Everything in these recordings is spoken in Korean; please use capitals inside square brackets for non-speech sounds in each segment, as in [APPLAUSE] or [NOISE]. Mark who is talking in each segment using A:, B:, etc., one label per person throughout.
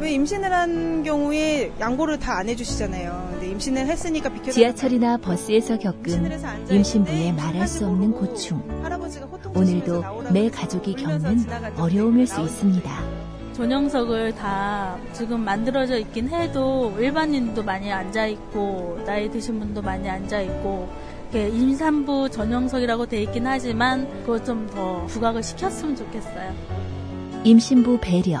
A: 왜 임신을 한 경우에 양보를 다 안 해주시잖아요. 근데 임신을 했으니까 비켜.
B: 지하철이나 버스에서 겪은 임신부의 말할 수 없는 고충. 오늘도 매 가족이 겪는 어려움일 수 있습니다.
C: 전용석을 다 지금 만들어져 있긴 해도 일반인도 많이 앉아 있고 나이 드신 분도 많이 앉아 있고 이렇게 임산부 전용석이라고 돼 있긴 하지만 그것 좀 더 부각을 시켰으면 좋겠어요.
B: 임신부 배려,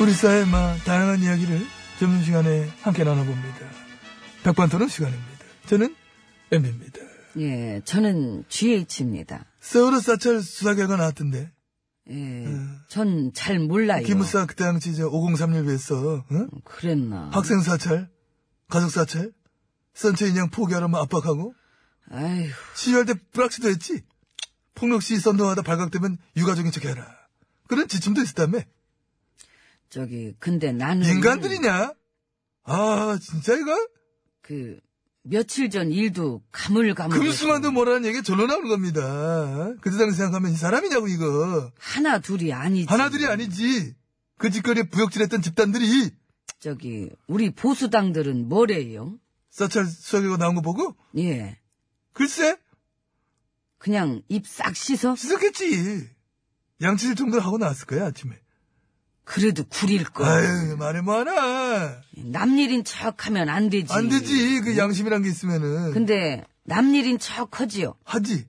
D: 우리 사회의 막 다양한 이야기를 점심시간에 함께 나눠봅니다. 백반토론 시간입니다. 저는 엠비입니다.
E: 예, 저는 GH입니다.
D: 세월호 사찰 수사 결과 나왔던데
E: 예, 전 잘 몰라요.
D: 기무사 그때 당시 저 5031에서
E: 그랬나?
D: 학생 사찰, 가족 사찰, 선체 인양 포기하라면 압박하고
E: 아휴,
D: 시위할 때 불확실도 했지. 폭력 시 선동하다 발각되면 유가족인 척해라. 그런 지침도 있었다며.
E: 저기 근데 나는
D: 인간들이냐? 아 진짜 이거?
E: 그 며칠 전 일도 가물가물.
D: 금수만도 뭐라는 얘기 절로 나오는 겁니다. 그때 당시 생각하면 이 사람이냐고 이거.
E: 하나 둘이 아니지.
D: 하나들이 아니지. 그 짓거리에 부역질했던 집단들이
E: 저기 우리 보수당들은 뭐래요?
D: 사찰 수사기가 나온 거 보고
E: 예,
D: 글쎄
E: 그냥 입 싹 씻어.
D: 씻었겠지. 양치질 정도는 하고 나왔을 거야 아침에.
E: 그래도 구릴 거.
D: 아유 말해 뭐하나.
E: 남일인 척하면 안 되지.
D: 안 되지 그 양심이란 게 있으면은.
E: 근데 남일인 척하지요.
D: 하지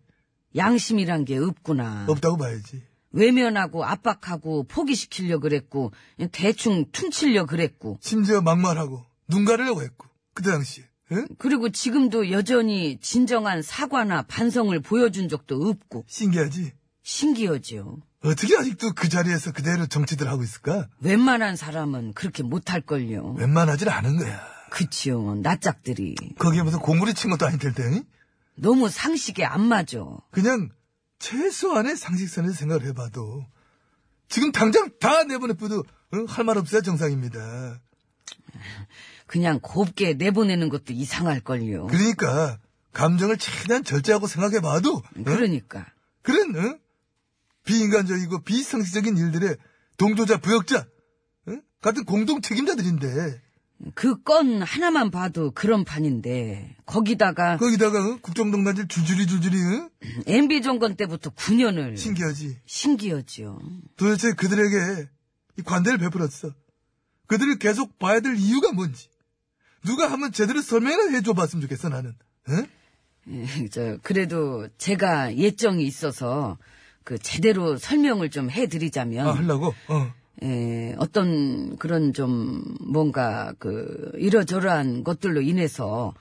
E: 양심이란 게 없구나.
D: 없다고 봐야지.
E: 외면하고 압박하고 포기시키려 그랬고 대충 퉁치려 그랬고
D: 심지어 막말하고 눈 가리려고 했고 그때 당시에. 응?
E: 그리고 지금도 여전히 진정한 사과나 반성을 보여준 적도 없고
D: 신기하지.
E: 신기하지요.
D: 어떻게 아직도 그 자리에서 그대로 정치들 하고 있을까?
E: 웬만한 사람은 그렇게 못할걸요.
D: 웬만하진 않은 거야.
E: 그치요. 낯짝들이
D: 거기에 무슨 고무리 친 것도 아닐 텐데, 응?
E: 너무 상식에 안 맞아.
D: 그냥 최소한의 상식선에서 생각을 해봐도 지금 당장 다 내보내봐도 할 말 없어야 정상입니다.
E: 그냥 곱게 내보내는 것도 이상할걸요.
D: 그러니까 감정을 최대한 절제하고 생각해봐도 응?
E: 그러니까
D: 그런 응? 비인간적이고 비상식적인 일들의 동조자 부역자 응? 같은 공동 책임자들인데
E: 그 건 하나만 봐도 그런 판인데 거기다가
D: 거기다가 응? 국정농단질 줄줄이 줄줄이 응?
E: MB 정권 때부터 9년을
D: 신기하지.
E: 신기하지요.
D: 도대체 그들에게 이 관대를 베풀었어. 그들을 계속 봐야 될 이유가 뭔지. 누가 한번 제대로 설명을 해줘봤으면 좋겠어, 나는. 응?
E: 예, [LAUGHS] 저 그래도 제가 예정이 있어서 그 제대로 설명을 좀 해드리자면
D: 아, 하려고? 어.
E: 예, 어떤 그런 좀 뭔가 그 이러저러한 것들로 인해서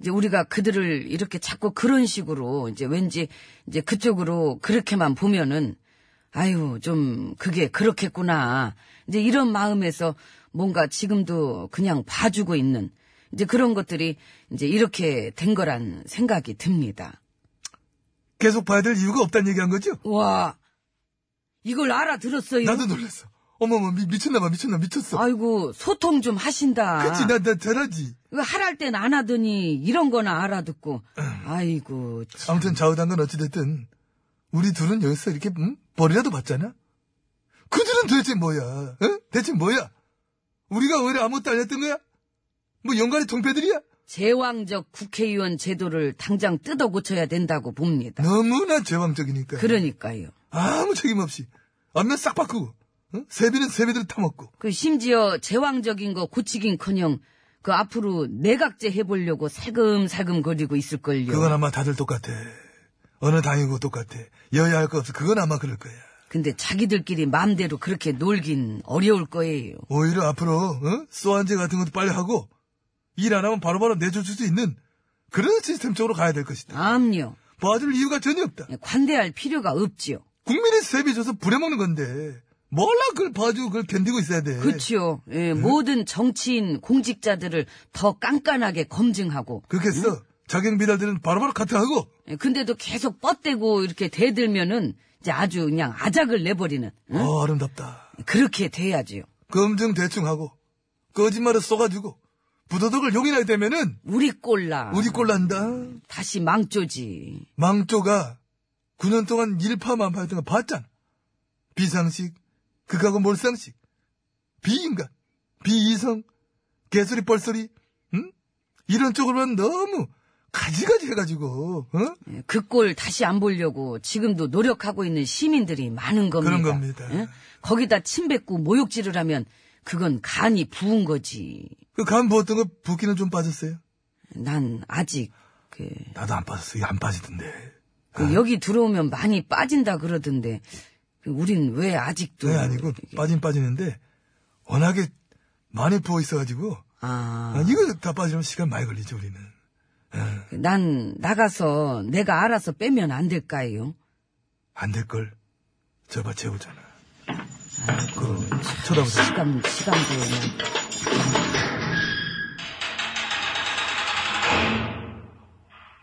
E: 이제 우리가 그들을 이렇게 자꾸 그런 식으로 이제 왠지 이제 그쪽으로 그렇게만 보면은 아유 좀 그게 그렇겠구나 이제 이런 마음에서 뭔가 지금도 그냥 봐주고 있는 이제 그런 것들이 이제 이렇게 된 거란 생각이 듭니다.
D: 계속 봐야 될 이유가 없다는 얘기 한 거죠?
E: 와 이걸 알아들었어요.
D: 나도 놀랐어. 어머머, 미, 미쳤나봐, 미쳤나, 미쳤어.
E: 네. 아이고 소통 좀 하신다.
D: 그치, 나, 나 잘하지.
E: 이거 하랄 땐 안 하더니 이런 거나 알아듣고 아이고 참.
D: 아무튼 좌우단 건 어찌됐든, 우리 둘은 여기서 이렇게, 응? 벌이라도 받잖아? 그들은 도대체 뭐야? 응? 대체 뭐야? 우리가 오히려 아무것도 안 했던 거야? 뭐 연간의 동패들이야?
E: 제왕적 국회의원 제도를 당장 뜯어 고쳐야 된다고 봅니다.
D: 너무나 제왕적이니까.
E: 그러니까요.
D: 아무 책임 없이. 안면 싹 바꾸고. 응? 세비는 세비대로 타먹고.
E: 그 심지어 제왕적인 거 고치긴커녕 그 앞으로 내각제 해보려고 살금살금 거리고 있을걸요.
D: 그건 아마 다들 똑같아. 어느 당이고 똑같아. 여야 할 거 없어. 그건 아마 그럴 거야.
E: 근데 자기들끼리 마음대로 그렇게 놀긴 어려울 거예요.
D: 오히려 앞으로, 응? 소환제 같은 것도 빨리 하고, 일 안 하면 바로바로 내줄 수 있는 그런 시스템 쪽으로 가야 될 것이다.
E: 암요.
D: 봐줄 이유가 전혀 없다.
E: 관대할 필요가 없지요.
D: 국민이 세비 줘서 부려먹는 건데 뭘라 그걸 봐주고 그걸 견디고 있어야 돼.
E: 그렇지요.
D: 네.
E: 예, 모든 정치인 공직자들을 더 깐깐하게 검증하고.
D: 그렇겠어. 자격 미달들은 바로바로 카트하고
E: 예, 근데도 계속 뻗대고 이렇게 대들면은 이제 아주 그냥 아작을 내버리는 응?
D: 아, 아름답다.
E: 그렇게 돼야지요.
D: 검증 대충하고 거짓말을 쏘가지고 부도덕을 용인하게 되면은
E: 우리 꼴라.
D: 우리 꼴 난다.
E: 다시 망조지.
D: 망조가 9년 동안 일파만파했던 거 봤잖아. 비상식, 극하고 몰상식, 비인간, 비이성, 개소리 뻘소리, 응? 이런 쪽으로는 너무 가지가지 해가지고, 어?
E: 그 꼴 다시 안 보려고 지금도 노력하고 있는 시민들이 많은 겁니다.
D: 그런 겁니다.
E: 예? 거기다 침 뱉고 모욕질을 하면 그건 간이 부은 거지.
D: 그간 부었던 거 붓기는 좀 빠졌어요?
E: 난 아직 그,
D: 나도 안 빠졌어. 이거 안 빠지던데.
E: 그 여기 들어오면 많이 빠진다 그러던데 그 우린 왜 아직도
D: 네, 아니고
E: 이게-
D: 빠진 빠지는데 워낙에 많이 부어 있어가지고
E: 아,
D: 아, 이거 다 빠지면 시간 많이 걸리죠 우리는.
E: 난 나가서 내가 알아서 빼면 안 될까요?
D: 안 될 걸. 저봐 재우잖아. 그거 쳐다보자.
E: 시간 시간도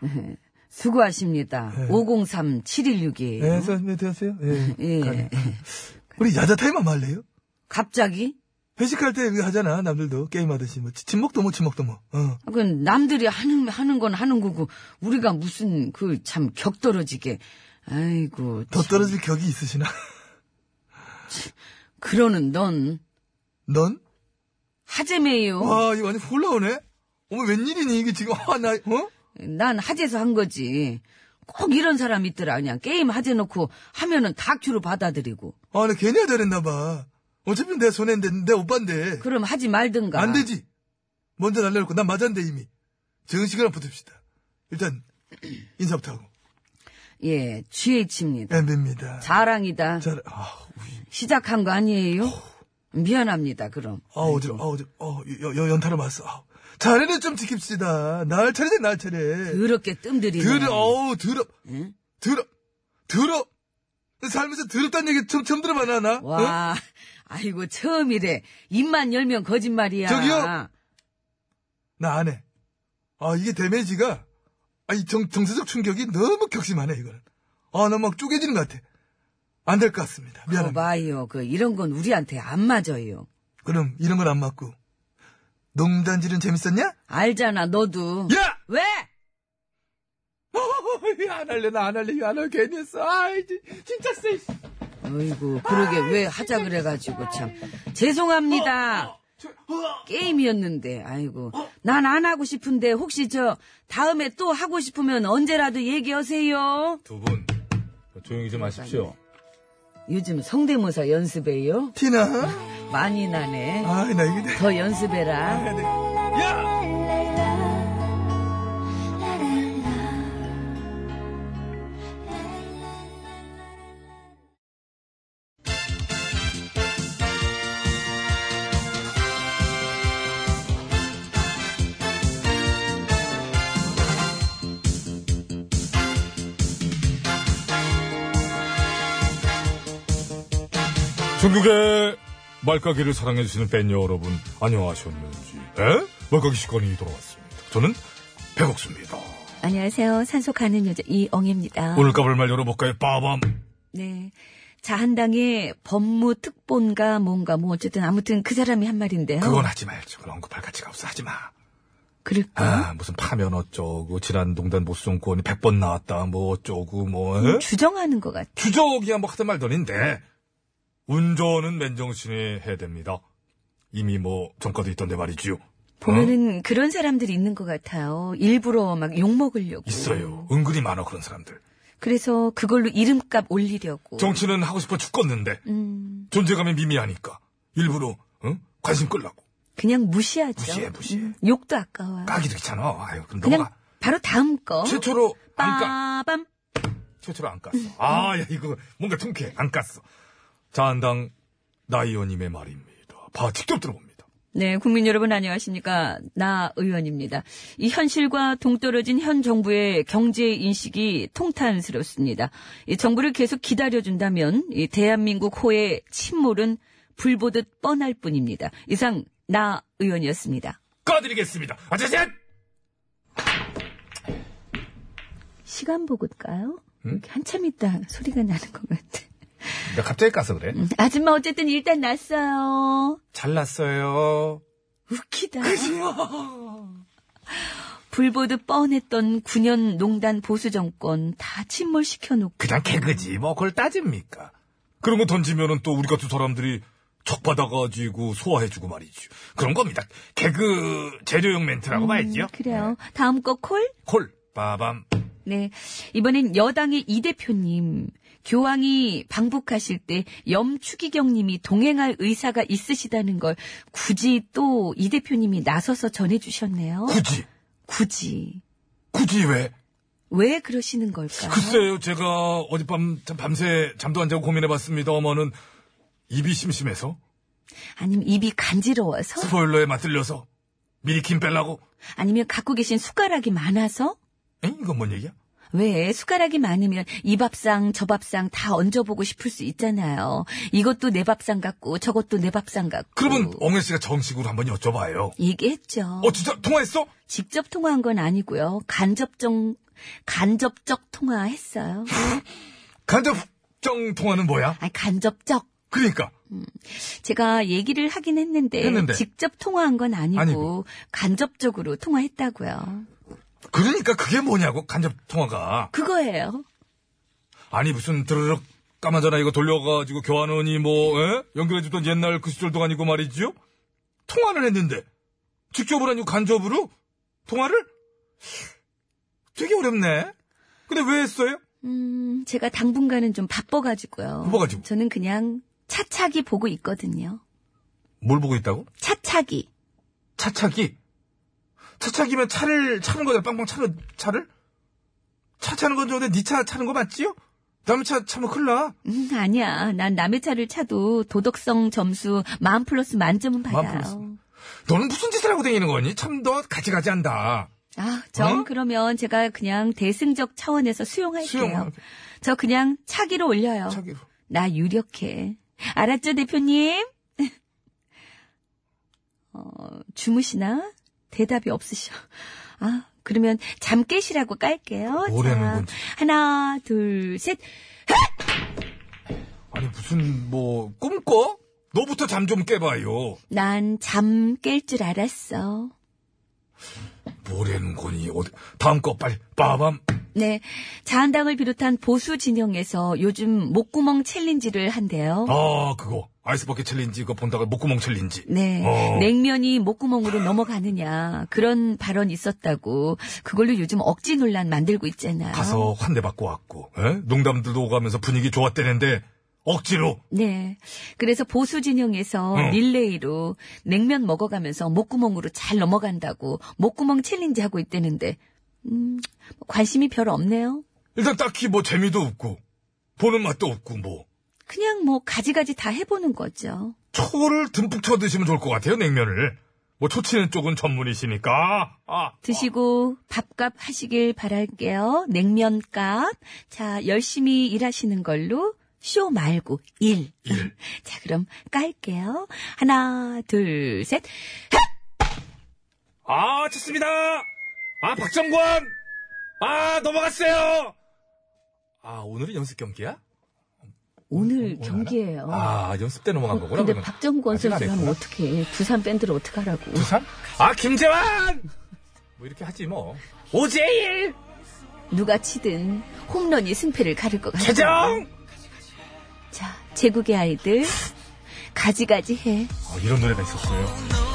E: 그냥. [LAUGHS] 수고하십니다.
D: 네.
E: 503-716이에요.
D: 예, 선- 네, 되었어요?
E: [LAUGHS]
D: 예.
E: 예.
D: 가네. 우리 야자 타임 한번 할래요?
E: 갑자기?
D: 회식할 때 이거 하잖아, 남들도. 게임하듯이. 뭐, 침묵도 뭐, 침묵도 뭐. 어.
E: 그 남들이 하는 하는 건 하는 거고 우리가 무슨 그 참 격떨어지게 아이고
D: 더
E: 참.
D: 떨어질 격이 있으시나? [LAUGHS]
E: 그러는 넌
D: 넌?
E: 하재매요.
D: 와, 이거 완전 훌라오네? 어머, 웬일이니, 이게 지금. 아, 나, 어?
E: 난 하재서 한 거지. 꼭 이런 사람 있더라. 그냥 게임 하재 놓고 하면은 다큐로 받아들이고.
D: 아, 나 괜히 하자 그랬나봐. 어차피 내 손해인데, 내 오빠인데.
E: 그럼 하지 말든가.
D: 안 되지. 먼저 날려놓고, 난 맞았는데, 이미. 정식이랑 붙읍시다. 일단, [CLEARS THROAT] 인사부터 하고.
E: 예, GH입니다.
D: 엠비입니다.
E: 자랑이다.
D: 잘, 아, 우리.
E: 시작한 거 아니에요? 미안합니다. 그럼.
D: 아, 어지러, 아, 어지러, 어, 여, 여, 연타로 맞았어. 아, 자리는 좀 지킵시다. 날 차례지, 날 차례.
E: 더럽게 뜸들이네.
D: 더러, 어우, 더러,
E: 응?
D: 더러, 더러. 살면서 더럽다는 얘기 처음, 처음 들어봐, 나, 나. 응?
E: 와, 아이고 처음이래. 입만 열면 거짓말이야. 어,
D: 저기요! 나안 해. 아, 이게 데미지가, 아, 이 정, 정서적 충격이 너무 격심하네, 이거는. 아, 나 막 쪼개지는 것 같아. 안 될 것 같습니다.
E: 거
D: 미안합니다.
E: 봐요. 그 이런 건 우리한테 안 맞아요.
D: 그럼, 이런 건 안 맞고. 농단질은 재밌었냐?
E: 알잖아, 너도.
D: 야!
E: 왜?
D: 어, 안 할래, 나 안 할래, 이거 안 할래, 괜히 했어. 아이, 진- 진짜 쎄. 씨.
E: 어이구, 그러게 왜 하자 그래가지고 참 죄송합니다.
D: 저- 어,
E: 게임이었는데, 아이고. 난 안 하고 싶은데, 혹시 저, 다음에 또 하고 싶으면 언제라도 얘기하세요.
F: 두 분, 조용히 좀 하십시오.
E: 요즘 성대모사 연습해요?
D: 티나?
E: 많이 나네.
D: 아이, 나 이게.
E: 더 연습해라.
D: 야!
F: 중국의 말까기를 사랑해주시는 팬 여러분, 안녕하셨는지. 에? 말까기 시간이 돌아왔습니다. 저는 백옥수입니다.
B: 안녕하세요. 산소 가는 여자 이엉입니다.
F: 오늘 까불 말 열어볼까요? 빠밤.
B: 네. 자한당의 법무 특본가 뭔가 뭐 어쨌든 아무튼 그 사람이 한 말인데요.
F: 그건 하지 말죠. 그런 거발 가치가 없어. 하지 마.
B: 그럴까?
F: 아, 무슨 파면 어쩌고, 지난 농단 보수정권이 100번 나왔다, 뭐 어쩌고, 뭐.
E: 음.
F: 에?
B: 주정하는 것 같아.
F: 주적이야 뭐 하든 말든인데 운전은 맨정신에 해야 됩니다. 이미 뭐 전과도 있던데 말이지요. 어?
B: 보면은 그런 사람들이 있는 것 같아요. 일부러 막 욕 먹으려고.
F: 있어요. 은근히 많아 그런 사람들.
B: 그래서 그걸로 이름값 올리려고.
F: 정치는 하고 싶어 죽겠는데
B: 음,
F: 존재감이 미미하니까 일부러
D: 어?
F: 응? 관심 끌라고
B: 그냥 무시하죠.
F: 무시해 무시해.
B: 음, 욕도 아까워요.
F: 까기도 귀찮아. 아유 그럼
B: 그냥
F: 너가
B: 바로 다음 거.
F: 최초로 그러니까 안 까.
B: 빠밤. 음.
F: 최초로 안 깠어. 아, 야, 이거 뭔가 통쾌해. 안 깠어. 자한당 나이원님의 말입니다. 봐, 직접 들어봅니다.
E: 네, 국민 여러분 안녕하십니까. 나 의원입니다. 이 현실과 동떨어진 현 정부의 경제 인식이 통탄스럽습니다. 이 정부를 계속 기다려준다면 이 대한민국 호의 침몰은 불보듯 뻔할 뿐입니다. 이상 나 의원이었습니다.
D: 꺼드리겠습니다. 아저셋!
E: 시간 보고일까요? 한참 있다 소리가 나는 것 같아.
D: 나 갑자기 가서 그래.
E: 음, 아줌마 어쨌든 일단 났어요.
D: 잘났어요.
E: 웃기다. 불보듯 뻔했던 9년 농단 보수 정권 다 침몰시켜놓고
D: 그냥 개그지. 뭐 그걸 따집니까? 그런 거 던지면은 또 우리 같은 사람들이 척 받아가지고 소화해주고 말이죠. 그런 겁니다. 개그 재료용 멘트라고
B: 음.
D: 봐야지요.
E: 음, 그래요.
D: 네.
E: 다음 거 콜?
D: 콜 빠밤.
E: 네. 이번엔 여당의 이 대표님. 교황이 방북하실 때 염추기경님이 동행할 의사가 있으시다는 걸 굳이 또 이 대표님이 나서서 전해주셨네요.
D: 굳이
E: 굳이.
D: 굳이 왜?
E: 왜 그러시는 걸까?
D: 글쎄요, 제가 어젯밤 참 밤새 잠도 안 자고 고민해봤습니다. 어머는 입이 심심해서
E: 아니면 입이 간지러워서?
D: 스포일러에 맞들려서 미리 김 빼려고.
E: 아니면 갖고 계신 숟가락이 많아서?
D: 에 이건 뭔 얘기야?
E: 왜 숟가락이 많으면 이 밥상 저 밥상 다 얹어보고 싶을 수 있잖아요. 이것도 내 밥상 같고 저것도 내 밥상 같고.
D: 그러면 엉애 씨가 정식으로 한번 여쭤봐요.
E: 얘기했죠.
D: 어 진짜 통화했어?
E: 직접 통화한 건 아니고요. 간접적 간접적 통화했어요.
D: 간접정 통화는 뭐야?
E: 아 간접적.
D: 그러니까
E: 제가 얘기를 하긴 했는데,
D: 했는데.
E: 직접 통화한 건 아니고,
D: 아니고.
E: 간접적으로 통화했다고요.
D: 그러니까 그게 뭐냐고 간접 통화가
E: 그거예요.
D: 아니 무슨 드르륵 까만 전화 이거 돌려가지고 교환원이 뭐 에? 연결해줬던 옛날 그 시절도 아니고 말이지요. 통화를 했는데 직접으로 아니고 간접으로 통화를 되게 어렵네. 근데 왜 했어요?
E: 음, 제가 당분간은 좀 바빠가지고요.
D: 바빠가지고.
E: 저는 그냥 차차기 보고 있거든요.
D: 뭘 보고 있다고?
E: 차차기.
D: 차차기. 차차기면 차를 차는 거잖아. 빵빵 차는 차를. 차 차는 건 좋은데 니 차 차는 거 맞지요? 남의 차 차면 큰일 나.
E: 음, 아니야. 난 남의 차를 차도 도덕성 점수 만 플러스 만점은 받아요.
D: 만 플러스. 너는 무슨 짓을 하고 다니는 거니? 참 너 같이 가지 한다.
E: 아, 전
D: 어?
E: 그러면 제가 그냥 대승적 차원에서 수용할게요. 어.
D: 수용하게.
E: 저 그냥 차기로 올려요.
D: 차기로.
E: 나 유력해. 알았죠, 대표님? [LAUGHS] 어, 주무시나? 대답이 없으셔. 아, 그러면 잠 깨시라고 깔게요.
D: 뭐라는
E: 자,
D: 건지.
E: 하나, 둘, 셋.
D: 아니 무슨 뭐 꿈꿔? 너부터 잠 좀 깨봐요.
E: 난 잠 깰 줄 알았어.
D: 뭐라는 거니? 어디- 다음 거 빨리 빠밤.
E: 네. 자한당을 비롯한 보수 진영에서 요즘 목구멍 챌린지를 한대요.
D: 아 그거 아이스버킷 챌린지 그거 본다가 목구멍 챌린지.
E: 네.
D: 어.
E: 냉면이 목구멍으로 넘어가느냐. 그런 발언 있었다고. 그걸로 요즘 억지 논란 만들고 있잖아요.
D: 가서 환대 받고 왔고 에? 농담들도 오가면서 분위기 좋았대는데 억지로
E: 네. 그래서 보수 진영에서
D: 응.
E: 릴레이로 냉면 먹어가면서 목구멍으로 잘 넘어간다고 목구멍 챌린지 하고 있다는데, 음, 관심이 별 없네요.
D: 일단 딱히 뭐 재미도 없고 보는 맛도 없고 뭐
E: 그냥 뭐 가지가지 다 해보는 거죠.
D: 초를 듬뿍 쳐 드시면 좋을 것 같아요 냉면을 뭐 초치는 쪽은 전문이시니까 아,
E: 드시고 밥값 하시길 바랄게요. 냉면값. 자, 열심히 일하시는 걸로 쇼 말고 일.
D: 일.
E: [LAUGHS] 자, 그럼 깔게요. 하나, 둘, 셋.
D: 아 쳤습니다 아 박정권 아 넘어갔어요 아 오늘은 연습 경기야
E: 오늘
D: 오늘
E: 경기예요.
D: 어, 아 연습 때 넘어간 거구나
E: 근데
D: 그러면.
E: 박정권
D: 아직 안
E: 선수를 하면
D: 했구나.
E: 어떻게 부산 밴드를 어떻게 하라고?
D: 부산 아 김재환 뭐 이렇게 하지 뭐 오재일
E: 누가 치든 홈런이 승패를 가를 것 같아.
D: 최정
E: 자, 제국의 아이들 가지가지 해.
D: 아, 이런 노래가 어, 있었어요.